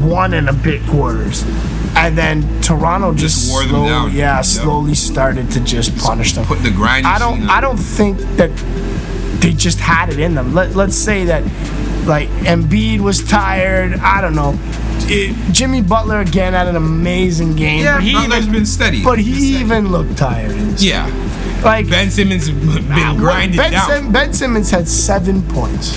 C: one and a bit quarters. And then Toronto just,
E: Just wore them
C: slowly,
E: down.
C: yeah,
E: Yep.
C: slowly started to just punish them.
E: put the grind.
C: I don't.
E: machine on.
C: I don't think that they just had it in them. Let, let's say that, like Embiid was tired. I don't know. Eh, Jimmy Butler again had an amazing game.
E: Yeah,
C: but he
E: Butler's
C: even,
E: been steady.
C: But he
E: Been steady.
C: even looked tired. In this.
E: Yeah,
C: Like
E: Ben Simmons has been
C: ah, what-
E: grinding
C: ben,
E: down.
C: Sim- ben Simmons had seven points.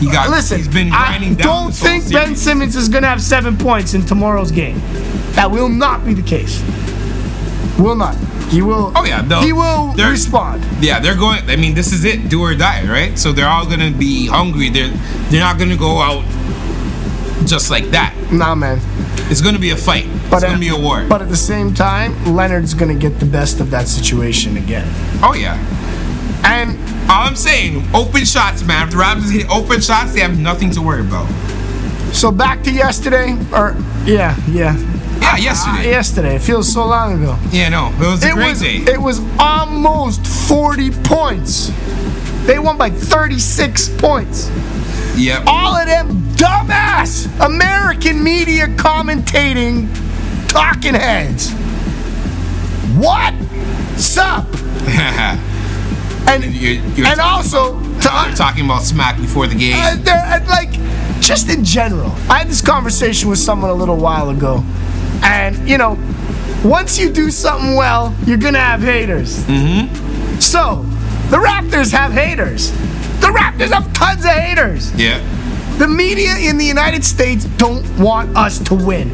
E: he got.
C: Listen,
E: he's been grinding
C: I
E: down.
C: don't
E: this whole
C: think Ben
E: series.
C: Simmons is gonna have seven points in tomorrow's game. That will not be the case. Will not. He will.
E: Oh, yeah, no.
C: He will
E: They're-
C: respond.
E: Yeah, they're going. I mean, this is it, do or die, right? So they're all gonna be hungry. They're they're not gonna go out just like that.
C: Nah, man.
E: It's gonna be a fight.
C: But
E: it's
C: at-
E: gonna be a war.
C: But at the same time, Leonard's gonna get the best of that situation again.
E: oh yeah.
C: And
E: All I'm saying, open shots, man. If the Raptors hit open shots, they have nothing to worry about.
C: so back to yesterday, or yeah, yeah,
E: Yeah, yesterday. yeah.
C: yesterday. It feels so long ago.
E: no, it was a
C: Ah, It
E: great
C: was
E: day.
C: it was almost 40 points. They won by 36 points.
E: yep.
C: All of them dumbass American media commentating talking heads. What's up? And
E: You're- you're
C: and
E: talking
C: also to
E: Now they're talking about smack before the game.
C: and they're- and, like just in general. I had this conversation with someone a little while ago, and you know, once you do something well, you're gonna have haters. Mm-hmm. So the Raptors have haters. The Raptors have tons of haters.
E: yeah.
C: The media in the United States don't want us to win.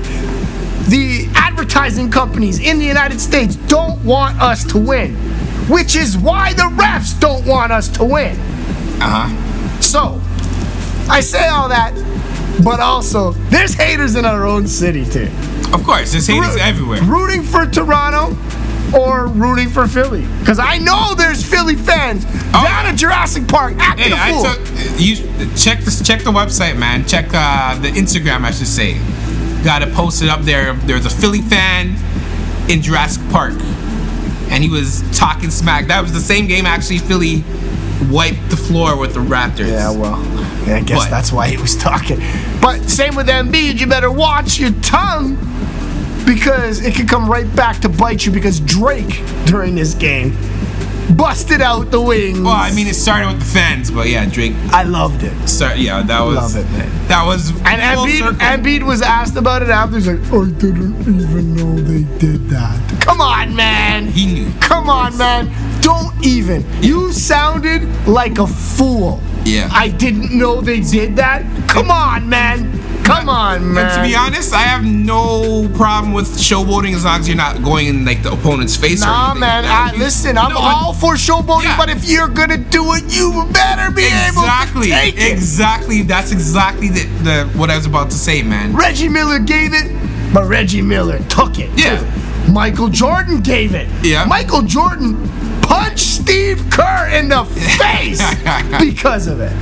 C: The advertising companies in the United States don't want us to win, which is why the refs don't want us to win.
E: Uh huh.
C: So, I say all that, but also, there's haters in our own city, too.
E: Of course, there's haters everywhere.
C: Rooting for Toronto or rooting for Philly. Because I know there's Philly fans down at Jurassic Park acting
E: Oh. Hey,
C: a fool.
E: I took you check this check the website, man. Check uh, the Instagram, I should say. Got it posted up there. There's a Philly fan in Jurassic Park, and he was talking smack. That was the same game actually. Philly wiped the floor with the Raptors.
C: yeah, well, yeah, I guess
E: What?
C: that's why he was talking. But same with Embiid, you better watch your tongue because it could come right back to bite you. Because Drake during this game busted out the wings.
E: Well, I mean, it started with the fans, but yeah, Drake.
C: I loved it.
E: Start, yeah, that was.
C: Love it, man.
E: That was.
C: And
E: full
C: Embiid,
E: circle.
C: Embiid was asked about it after. He's like, I didn't even know they did that. Come on, man.
E: He knew.
C: Come on, man. Don't even. You sounded like a fool.
E: Yeah.
C: I didn't know they did that. Come on, man. Come on, man.
E: And to be honest, I have no problem with showboating as long as you're not going in like the opponent's face. or
C: Nah,
E: anything.
C: man.
E: That would
C: I,
E: be-
C: listen, I'm
E: No, but-
C: all for showboating,
E: Yeah.
C: but if you're gonna do it, you better be
E: Exactly.
C: able to take it.
E: Exactly. That's exactly the, the what I was about to say, man.
C: Reggie Miller gave it, but Reggie Miller took it.
E: Yeah.
C: too. Michael Jordan gave it.
E: Yeah.
C: Michael Jordan punched Steve Kerr in the face because of it.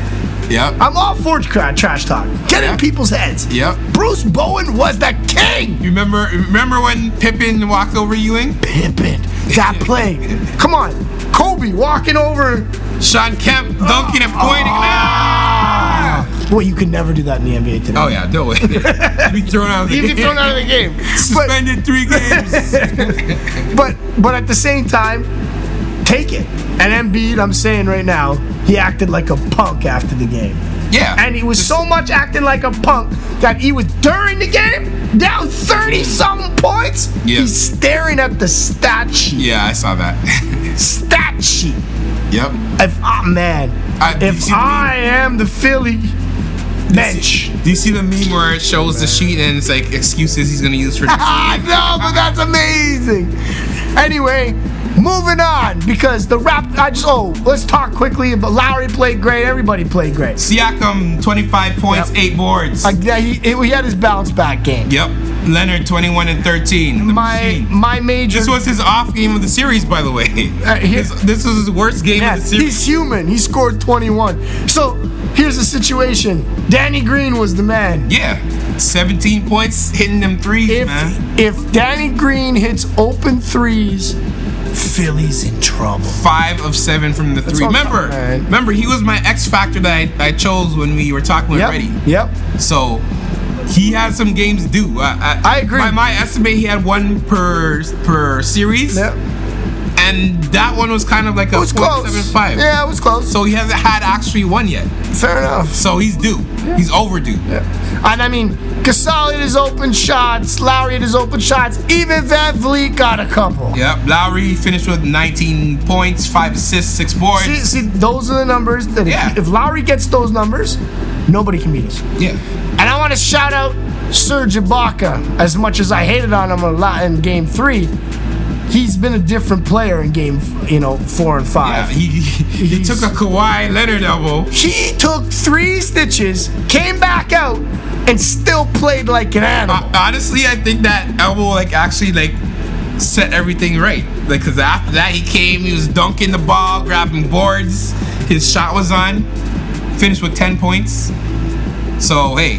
E: Yep.
C: I'm all for cra- trash talk. Get in
E: Yeah.
C: people's heads.
E: Yep.
C: Bruce Bowen was the king.
E: You remember remember when Pippin walked over Ewing?
C: Pippin, that play. Come on. Kobe walking over.
E: Sean Kemp dunking and pointing.
C: Oh.
E: Ah!
C: Boy, you can never do that in the NBA today.
E: Oh yeah, no way. Be thrown out of the
C: You
E: game.
C: get thrown out of the game. But-
E: Suspended three games.
C: But but at the same time, take it. And Embiid, I'm saying right now, he acted like a punk after the game.
E: Yeah.
C: And he was so much acting like a punk that he was during the game down 30 something points.
E: Yeah.
C: He's staring at the stat sheet.
E: yeah, I saw that.
C: Stat sheet.
E: yep.
C: If I man,
E: I- you
C: if
E: see the meme?
C: I am the Philly bench.
E: Do you see the meme where it shows the sheet and it's like excuses he's gonna use for?
C: I know, but that's amazing. Anyway, moving on because the rap. I just oh, let's talk quickly. But Lowry played great. Everybody played great.
E: Siakam, 25 points,
C: Yep.
E: eight boards.
C: Like yeah, he, he had his bounce back game.
E: yep. Leonard, 21 and 13. The
C: My
E: machine.
C: my major.
E: This was his off game of the series, by the way.
C: Uh, here-
E: this, this was his worst game
C: Yeah,
E: of the series.
C: he's human. He scored 21. So here's the situation. Danny Green was the man.
E: Yeah, 17 points, hitting them threes,
C: If
E: man.
C: if Danny Green hits open threes, Philly's in trouble.
E: Five of seven from the three.
C: what I'm
E: Remember,
C: talking about.
E: remember, he was my X factor that I, I chose when we were talking with
C: Yep.
E: Reddy.
C: Yep.
E: So he has some games due. I,
C: I agree.
E: By my estimate, he had one per per series,
C: Yep.
E: and that one was kind of like a
C: It was close.
E: 0.75.
C: Yeah, it was close.
E: So he hasn't had actually one yet.
C: Fair enough.
E: So he's due. He's overdue.
C: And I mean, Gasol hit his open shots, Lowry hit his open shots, even Van Vliet got a couple.
E: Yep, Lowry finished with 19 points, five assists, six boards.
C: See, see, those are the numbers that if,
E: Yeah.
C: if Lowry gets those numbers, nobody can beat us.
E: yeah,
C: And I want to shout out Serge Ibaka. As much as I hated on him a lot in Game Three, he's been a different player in Game, you know, four and
E: yeah.
C: five.
E: He, he he
C: He's-
E: took a Kawhi Leonard elbow.
C: he took three stitches, came back out, and still played like an animal.
E: Uh, honestly, I think that elbow like actually like set everything right. Like, cause after that he came, he was dunking the ball, grabbing boards. His shot was on. Finished with 10 points. So hey,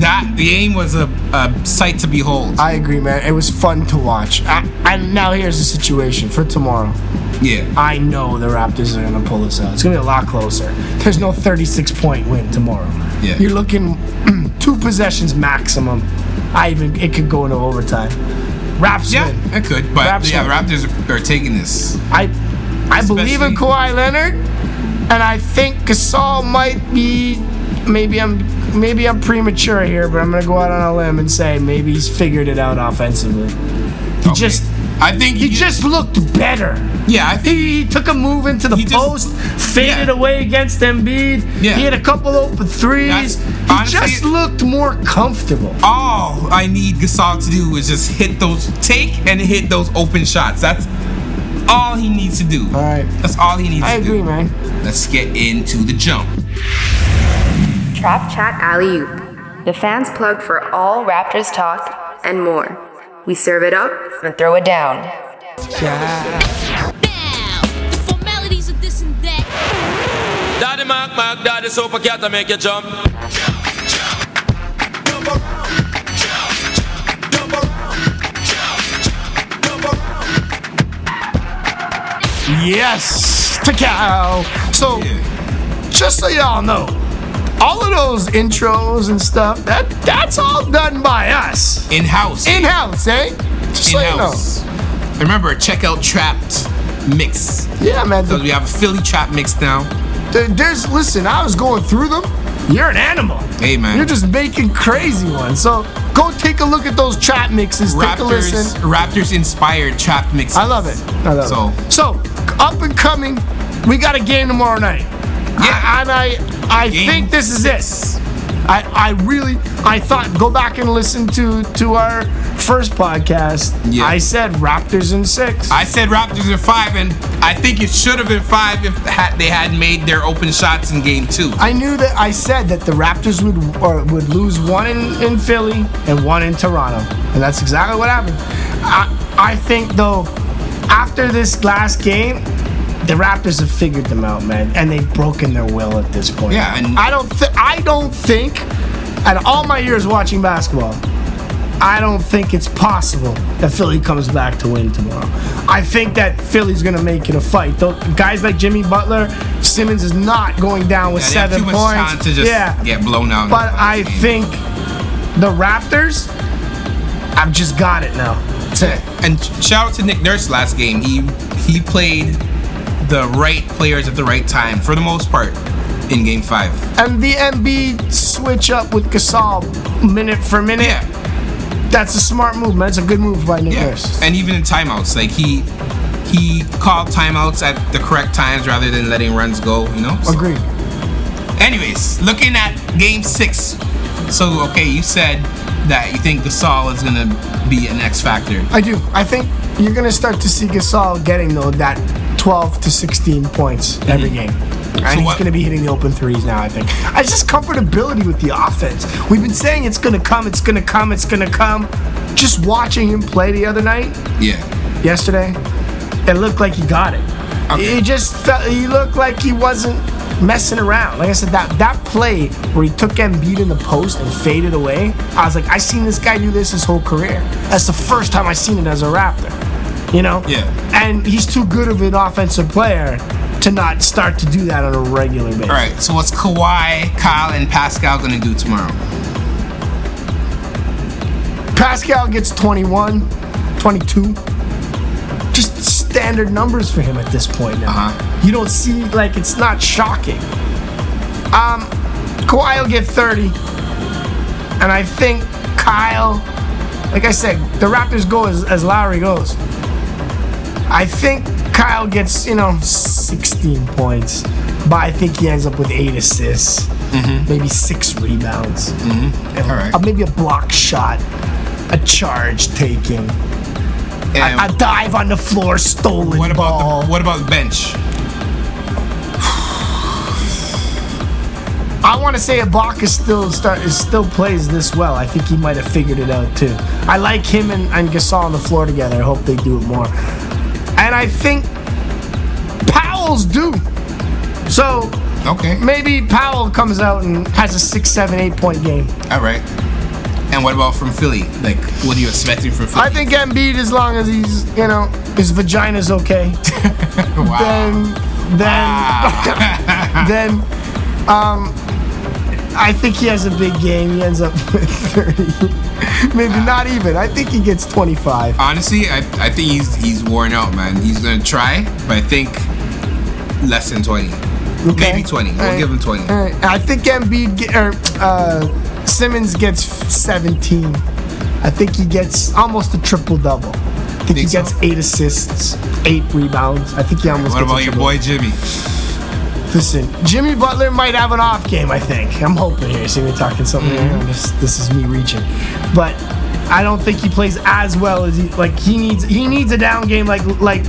E: that the aim was a, a sight to behold.
C: I agree, man. It was fun to watch. I, and now here's the situation for tomorrow.
E: yeah,
C: I know the Raptors are gonna pull us out. It's gonna be a lot closer. There's no 36 point win tomorrow.
E: Yeah.
C: You're looking two possessions maximum. I even it could go into overtime. Raps
E: yeah,
C: win.
E: it could. But
C: Raps
E: yeah,
C: win.
E: Raptors are, are taking this.
C: I I believe in
E: Especially-
C: Kawhi Leonard, and I think Gasol might be. Maybe I'm maybe I'm premature here, but I'm gonna go out on a limb and say maybe he's figured it out offensively. He
E: Okay.
C: just
E: I think
C: he just looked better.
E: yeah. I think
C: He took a move into the
E: He just-
C: post, faded
E: Yeah.
C: away against Embiid.
E: Yeah.
C: He had a couple open threes.
E: That's-
C: he
E: honestly-
C: just looked more comfortable.
E: all I need Gasol to do is just hit those, take and hit those open shots. That's all he needs to do. All
C: right.
E: That's all he needs
C: I
E: to
C: agree,
E: do.
C: man.
E: Let's get into the jump.
D: Trap Chat Alley Oop, the fans plug for all Raptors talk and more. We serve it up and throw it down.
K: Now, the formalities of this and that.
I: Daddy Mac Mac, Daddy Super Cat, I make you jump.
C: Yes, to cow. So, just so y'all know, all of those intros and stuff that that's all done by us
E: in house.
C: In house, eh? Just so you know.
E: In-house. Remember, check out Trapped Mix.
C: Yeah, man.
E: So we have a Philly Trap Mix now.
C: There- There's listen, I was going through them. You're an animal.
E: Hey, man.
C: You're just making crazy ones. So go take a look at those trap mixes. take a
E: Raptors,
C: listen.
E: Raptors inspired Trapped Mix.
C: I love it. I love
E: so,
C: it. So up and coming, we got a game tomorrow night. I, and I I think this is it. I, I really I thought go back and listen to to our first podcast.
E: Yeah.
C: I said Raptors in six.
E: I said Raptors in five, and I think it should have been five if had, they had made their open shots in game two.
C: I knew that I said that the Raptors would or would lose one in, in Philly and one in Toronto, and that's exactly what happened. I I think though, after this last game, the Raptors have figured them out, man, and they've broken their will at this point.
E: Yeah, and-
C: I don't th- I don't think, at all my years watching basketball. I don't think it's possible that Philly comes back to win tomorrow. I think that Philly's going to make it a fight. Though guys like Jimmy Butler, Simmons is not going down with
E: Yeah, they have
C: seven
E: too much
C: points.
E: time to just
C: yeah,
E: get blown out.
C: but I think the Raptors, I've just got it now.
E: And shout out to Nick Nurse last game. He he played the right players at the right time for the most part in game five.
C: And the MB switch up with Gasol minute for minute. That's a smart move, man. It's a good move by Nick
E: Yeah.
C: Nurse.
E: And even in timeouts, like he he called timeouts at the correct times rather than letting runs go. You know. So-
C: Agreed.
E: Anyways, looking at game six. So okay, you said that you think Gasol is gonna be an X factor.
C: I do. I think you're gonna start to see Gasol getting though that 12 to 16 points every game. And he's
E: what-
C: going to be hitting the open threes now, I think. It's just comfortability with the offense. We've been saying it's going to come, it's going to come, it's going to come. Just watching him play the other night,
E: Yeah.
C: yesterday, it looked like he got it. It just felt he looked like he wasn't messing around. Like I said, that that play where he took Embiid in the post and faded away, I was like, I seen this guy do this his whole career. That's the first time I seen it as a Raptor. You know?
E: Yeah.
C: And he's too good of an offensive player to not start to do that on a regular basis.
E: All right. So what's Kawhi, Kyle, and Pascal gonna do tomorrow?
C: Pascal gets 21, 22. Just standard numbers for him at this point now. You don't see, like, it's not shocking. Um, Kawhi will get 30. And I think Kyle, like I said, the Raptors go as, as Lowry goes. I think Kyle gets, you know, 16 points. But I think he ends up with eight assists, maybe six rebounds, and
E: Mm-hmm. All right.
C: uh, maybe a block shot, a charge taken,
E: And
C: a dive on the floor, stolen
E: what
C: ball.
E: about the what about the bench?
C: I want to say Ibaka still start is still plays this well. I think he might have figured it out too. I like him and, and Gasol on the floor together. I hope they do it more. And I think Powell's due. So
E: Okay.
C: maybe Powell comes out and has a six, seven, eight point game.
E: All right. And what about from Philly? Like, what are you expecting from Philly?
C: I think Embiid, as long as he's you know his vagina's okay, then then
E: Ah.
C: then um. I think he has a big game. He ends up with 30. Maybe not even. I think he gets 25.
E: Honestly, I, I think he's he's worn out, man. He's gonna try, but I think less than twenty,
C: Okay.
E: maybe twenty. We'll
C: All right.
E: give him twenty.
C: All right. Uh, I think Embiid ge- or uh, Simmons gets 17. I think he gets almost a triple double. I think he
E: Think so?
C: gets eight assists, eight rebounds. I think he almost.
E: What
C: gets a
E: about your
C: triple-
E: boy Jimmy?
C: Listen, Jimmy Butler might have an off game. I think. I'm hoping here. See, we're talking something here. I'm just- this is me reaching, but I don't think he plays as well as he like. He needs he needs a down game like like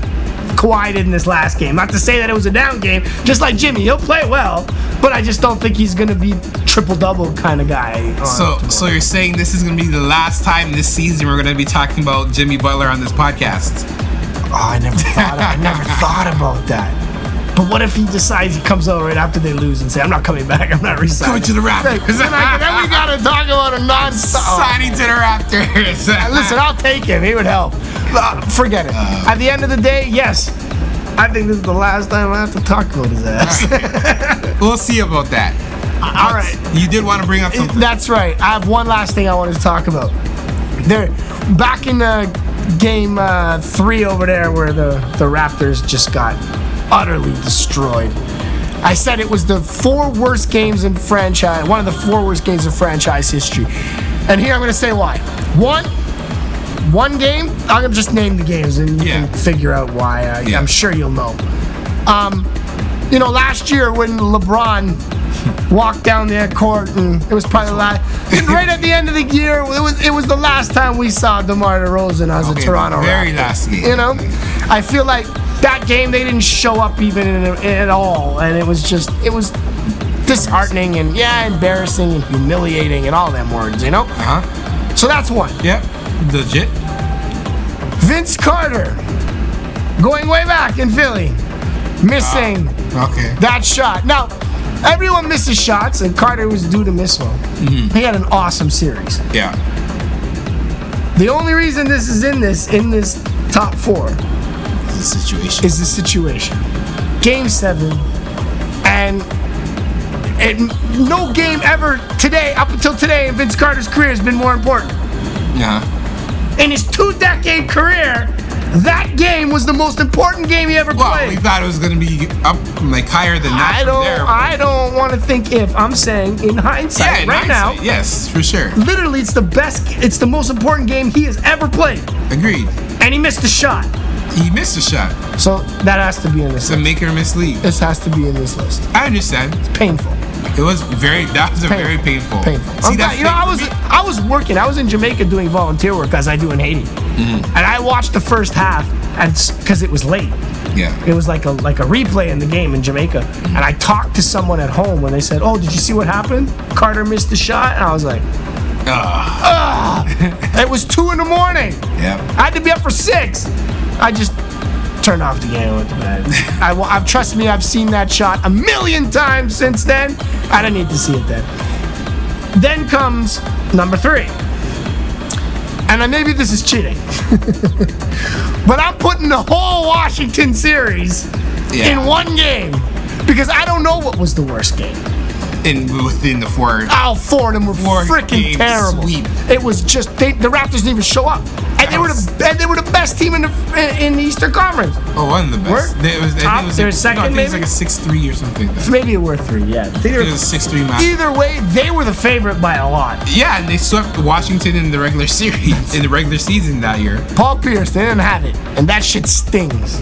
C: Kawhi did in this last game. Not to say that it was a down game. Just like Jimmy, he'll play well, but I just don't think he's gonna be triple double kind of guy. on
E: So
C: tomorrow.
E: so you're saying this is gonna be the last time this season we're gonna be talking about Jimmy Butler on this podcast?
C: Oh, I never thought. I never thought about that. But what if he decides he comes out right after they lose and say, "I'm not coming back. I'm not resigning."
E: Going to the Raptors.
C: Then, I- then we gotta talk about a non-stop
E: Signing to the Raptors.
C: Listen, I'll take him. He would help. Uh, forget it. At the end of the day, yes. I think this is the last time I have to talk about his ass.
E: We'll see about that.
C: All right.
E: You did want to bring up something.
C: That's right. I have one last thing I wanted to talk about. There, back in uh, game uh, three over there, where the the Raptors just got utterly destroyed. I said it was the four worst games in franchise, one of the four worst games in franchise history. And here I'm going to say why. One, one game. I'm gonna just name the games and you
E: Yeah.
C: can figure out why. I,
E: Yeah.
C: I'm sure you'll know. Um, you know, last year when LeBron walked down their court, and it was probably the last, and right at the end of the year, it was it was the last time we saw DeMar DeRozan as
E: Okay,
C: a Toronto
E: Very
C: Raptor.
E: last game.
C: You know, I feel like that game they didn't show up even in, at all, and it was just it was disheartening and yeah, embarrassing and humiliating and all them words. You know,
E: Uh huh.
C: so that's one.
E: Yep. Legit.
C: Vince Carter, going way back in Philly, missing
E: Okay.
C: that shot. Now, everyone misses shots, and Carter was due to miss one.
E: Mm-hmm.
C: He had an awesome series.
E: Yeah.
C: The only reason this is in this in this top four
E: The situation.
C: is the situation. Game seven, and and no game ever today up until today in Vince Carter's career has been more important.
E: Yeah.
C: In his two-decade career, that game was the most important game he ever
E: Well,
C: played.
E: we thought it was gonna be up like higher than that.
C: I
E: from
C: don't.
E: There.
C: I don't want to think if. I'm saying in hindsight,
E: yeah. in
C: right
E: hindsight,
C: now,
E: Yes, for sure.
C: literally, it's the best. It's the most important game he has ever played,
E: Agreed.
C: and he missed a shot.
E: He missed a shot.
C: So that has to be in this.
E: It's a
C: List.
E: make or miss league.
C: This has to be in this list.
E: I understand.
C: Painful.
E: It was very. That was a very painful.
C: Painful. Painful. I'm glad- you know, I was I was working. I was in Jamaica doing volunteer work as I do in Haiti,
E: Mm-hmm.
C: and I watched the first half, and because it was late.
E: Yeah.
C: It was like a like a replay in the game in Jamaica.
E: Mm-hmm.
C: And I talked to someone at home when they said, "Oh, did you see what happened? Carter missed the shot." And I was like, "Ugh." It was two in the morning.
E: Yeah.
C: I had to be up for six. I just turned off the game and went to bed. I, wa- I've trust me, I've seen that shot a million times since then. I didn't need to see it then. Then comes number three. And I- maybe this is cheating, but I'm putting the whole Washington series
E: Yeah.
C: in one game because I don't know what was the worst game.
E: In within the four.
C: Al Fordham were
E: Four
C: freaking
E: game
C: terrible.
E: sweep.
C: It was just they, the Raptors didn't even show up, and they were the and they were the best team in the in the Eastern Conference.
E: Oh, one of the best.
C: Were-
E: They- It was, I think
C: Top-
E: it was
C: they're
E: like,
C: second,
E: No, I think it's
C: maybe?
E: like a six three or something. Like that.
C: Maybe it were three. Yeah,
E: I think it was a six three match.
C: either way, they were the favorite by a lot.
E: Yeah, and they swept Washington in the regular series in the regular season that year.
C: Paul Pierce, they didn't have it, and that shit stings.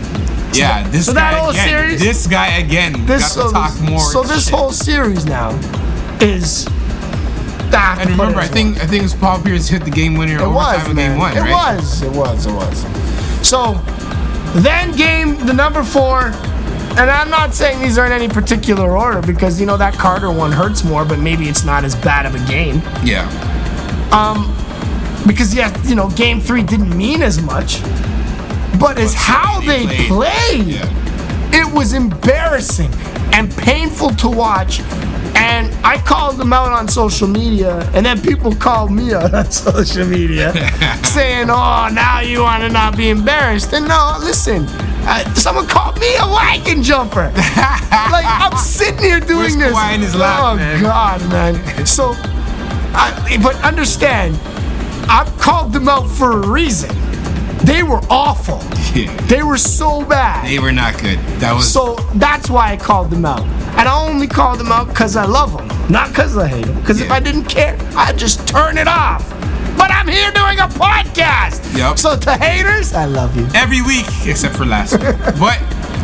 E: Yeah, this
C: so
E: guy
C: that whole
E: again.
C: series-
E: This guy again.
C: This
E: got to talk more.
C: so this
E: shit.
C: whole series now is. I have to
E: And
C: put it
E: remember, I
C: as
E: think I think it was Paul Pierce hit the game winner
C: It
E: overtime
C: was,
E: in
C: man.
E: game one,
C: it
E: right?
C: was. It was. It was. So then game the number four, and I'm not saying these are in any particular order because you know that Carter one hurts more, but maybe it's not as bad of a game Um,
E: Yeah,
C: because yeah, you know game three didn't mean as much, but it's how they played.
E: they played. yeah.
C: It was embarrassing and painful to watch. And I called them out on social media, and then people called me out on social media saying, Oh, now you want to not be embarrassed. And no, listen, uh, someone called me a wagon jumper. like, I'm sitting here doing
E: Where's
C: this.
E: Kawhi in his lap,
C: oh,
E: man?
C: God, man. So, I, but understand, I've called them out for a reason. They were awful.
E: Yeah.
C: They were so bad.
E: They were not good. That was
C: So that's why I called them out. And I only called them out because I love them, not because I hate them. Because if
E: Yeah.
C: I didn't care, I'd just turn it off. But I'm here doing a podcast.
E: Yep.
C: So to haters, I love you.
E: every week except for last week. but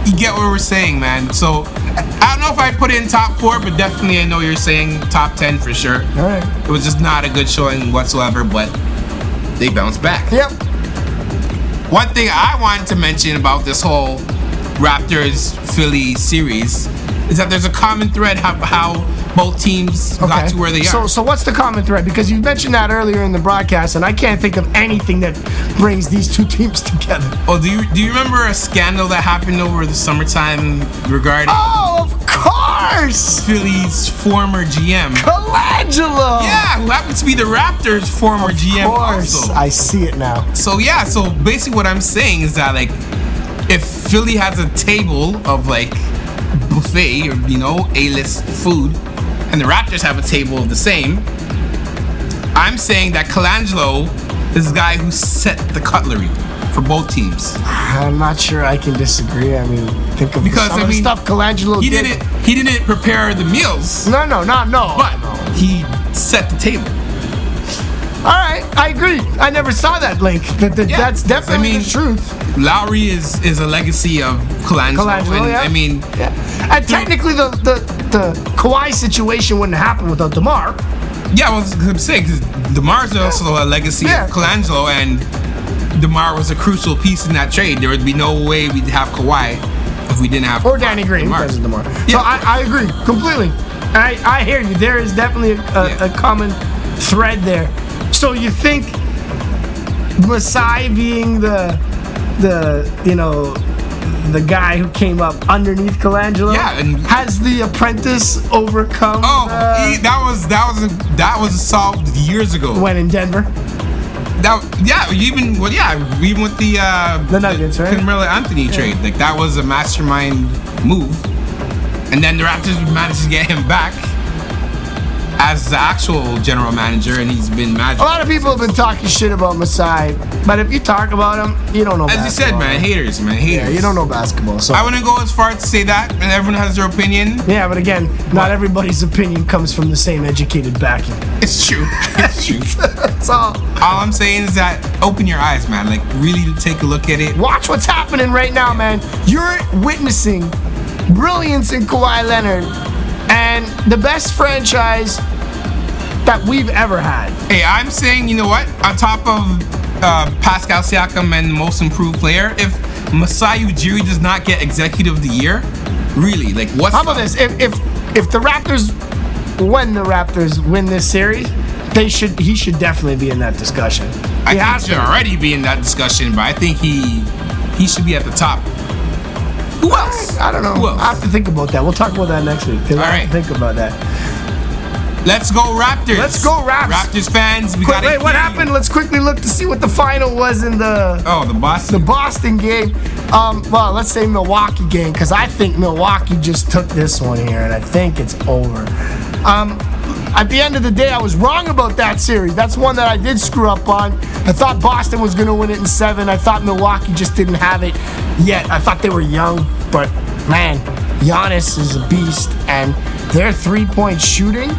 E: you get what we're saying, man. So I don't know if I put it in top four, but definitely I know you're saying top ten for sure.
C: All right.
E: It was just not a good showing whatsoever, but they bounced back.
C: Yep.
E: One thing I wanted to mention about this whole Raptors Philly series is that there's a common thread how, how both teams got to where they
C: so,
E: are.
C: so what's the common thread? Because you mentioned that earlier in the broadcast, and I can't think of anything that brings these two teams together.
E: Oh, do you do you remember a scandal that happened over the summertime regarding?
C: Oh, of course,
E: Philly's former GM,
C: Oh. Colangelo.
E: Yeah, who happens to be the Raptors' former GM.
C: Of course,
E: also.
C: I see it now.
E: So yeah, so basically what I'm saying is that like, if Philly has a table of like buffet or you know A-list food, and the Raptors have a table of the same, I'm saying that Colangelo is the guy who set the cutlery for both teams.
C: I'm not sure I can disagree. I mean, think of
E: Because,
C: some
E: I
C: of the
E: mean,
C: stuff Colangelo
E: He
C: did.
E: didn't he didn't prepare the meals,
C: No, no, no, no.
E: but he set the table.
C: All right, I agree. I never saw that link. That, that,
E: Yeah,
C: that's
E: because, I
C: definitely
E: mean,
C: the truth.
E: Lowry is is a legacy of Colangelo.
C: Colangelo,
E: and,
C: yeah.
E: I mean,
C: And technically, the, the, the Kawhi situation wouldn't happen without DeMar.
E: Yeah, I was gonna say because Demar's also a legacy
C: Yeah.
E: of Colangelo, and Demar was a crucial piece in that trade. There would be no way we'd have Kawhi if we didn't have
C: or Danny Green
E: DeMar.
C: because of DeMar. So
E: Yeah.
C: I, I agree completely. I, I hear you. There is definitely a, a,
E: Yeah.
C: a common thread there. So you think Masai being the the you know the guy who came up underneath Colangelo
E: Yeah, and-
C: has the apprentice overcome
E: Oh,
C: uh,
E: he- that was that was that was solved years ago.
C: when in Denver?
E: That yeah, even well yeah, even with the uh,
C: The Nuggets, right?
E: Carmelo Anthony trade, like that was a mastermind move, and then the Raptors managed to get him back as the actual general manager, and he's been magic.
C: A lot of people have been talking shit about Masai, but if you talk about him, you don't know.
E: As you said,
C: basketball.
E: man, haters, man, haters.
C: Yeah, you don't know basketball. So
E: I wouldn't go as far to say that, and everyone has their opinion.
C: Yeah, but again, not everybody's opinion comes from the same educated backing.
E: It's true. It's true.
C: That's all.
E: All I'm saying is that open your eyes, man. Like really take a look at it.
C: Watch what's happening right now, man. You're witnessing brilliance in Kawhi Leonard and the best franchise that we've ever had.
E: Hey, I'm saying, you know what? On top of uh, Pascal Siakam and most improved player, if Masai Ujiri does not get executive of the year, really, like what's
C: How about this? If if if the Raptors when the Raptors win this series, they should he should definitely be in that discussion.
E: I
C: He
E: think
C: has
E: should
C: to.
E: already be in that discussion, but I think he he should be at the top. Who else?
C: I don't know.
E: Who
C: I have
E: else?
C: to think about that. We'll talk about that next week. All
E: right.
C: Think about that.
E: Let's go Raptors.
C: Let's go Raps.
E: Raptors fans, we
C: Quick,
E: got
C: wait, what happened? Let's quickly look to see what the final was in the
E: Oh, the Boston.
C: the Boston game. Um, well, let's say Milwaukee game because I think Milwaukee just took this one here, and I think it's over. Um, at the end of the day, I was wrong about that series. That's one that I did screw up on. I thought Boston was going to win it in seven. I thought Milwaukee just didn't have it yet. I thought they were young, but man, Giannis is a beast, and their three-point shooting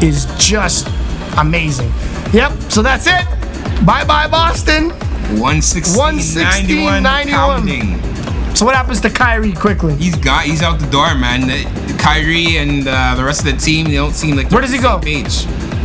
C: is just amazing. Yep. So that's it. Bye, bye, Boston.
E: 116,
C: 116,
E: 91,
C: 91.
E: pounding.
C: So what happens to Kyrie quickly?
E: He's got. He's out the door, man. The- Kyrie and uh, the rest of the team, they don't seem like. they're
C: Where does he
E: on
C: go?
E: the same Page.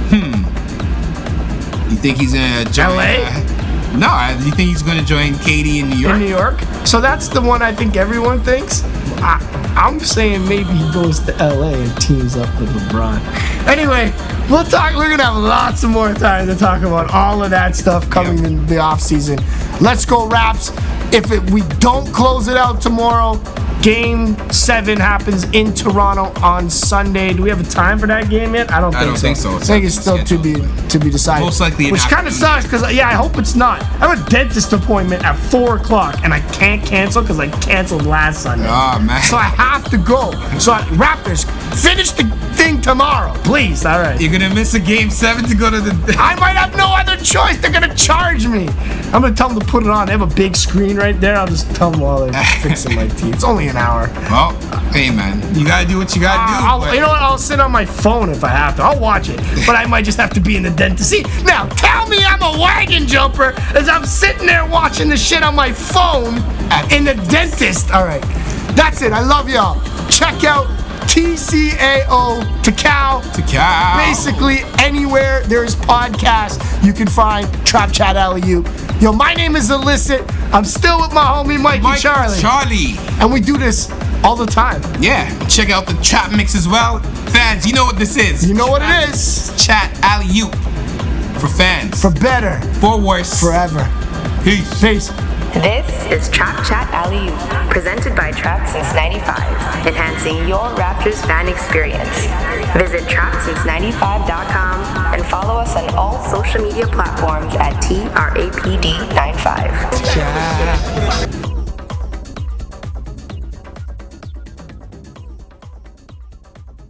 E: Hmm. You think he's gonna join?
C: LA?
E: uh, no, I- you think he's gonna join Katie in New York?
C: in New York. So that's the one I think everyone thinks. I, I'm saying maybe he goes to LA and teams up with LeBron. Anyway, we'll talk. We're gonna have lots of more time to talk about all of that stuff coming in the off season. Let's go, Raps. If it, we don't close it out tomorrow, Game Seven happens in Toronto on Sunday. Do we have a time for that game yet? I don't think
E: I don't
C: so.
E: think so.
C: I think it's still to be to be decided.
E: Most likely an
C: which kind of
E: afternoon.
C: sucks because yeah, I hope it's not. I have a dentist appointment at four o'clock, and I can't cancel because I canceled last Sunday.
E: Ah, man.
C: So I have to go. So I, Raptors, finish the thing tomorrow, please. All right.
E: You're gonna miss a game seven to go to the.
C: I might have no other choice. They're gonna charge me. I'm gonna tell them to put it on. They have a big screen right there. I'll just tell them while they're fixing my teeth. It's only an hour.
E: Well, hey, man, you gotta do what you gotta do.
C: Ah, Uh, I'll,
E: but-
C: you know what? I'll sit on my phone if I have to. I'll watch it, but I might just have to be in the dentist seat. Now, tell me I'm a wagon jumper as I'm sitting there watching the shit on my phone in the dentist. All right, that's it. I love y'all. Check out TCAO Takao.
E: To Cal.
C: Basically, anywhere there's podcasts, you can find Trap Chat Alley. Yo, my name is Illicit. I'm still with my homie Mikey
E: Mike
C: Charlie.
E: Charlie.
C: and we do this all the time.
E: Yeah, check out the trap mix as well. Fans, you know what this is.
C: You know what it is.
E: Chat alley oop for fans.
C: For better.
E: For worse.
C: Forever.
E: Peace.
C: Peace.
D: This is Trap Chat Alley Oop, presented by Trap Since 95, enhancing your Raptors fan experience. Visit TrapSince95.com and follow us on all social media platforms at TRAPD95.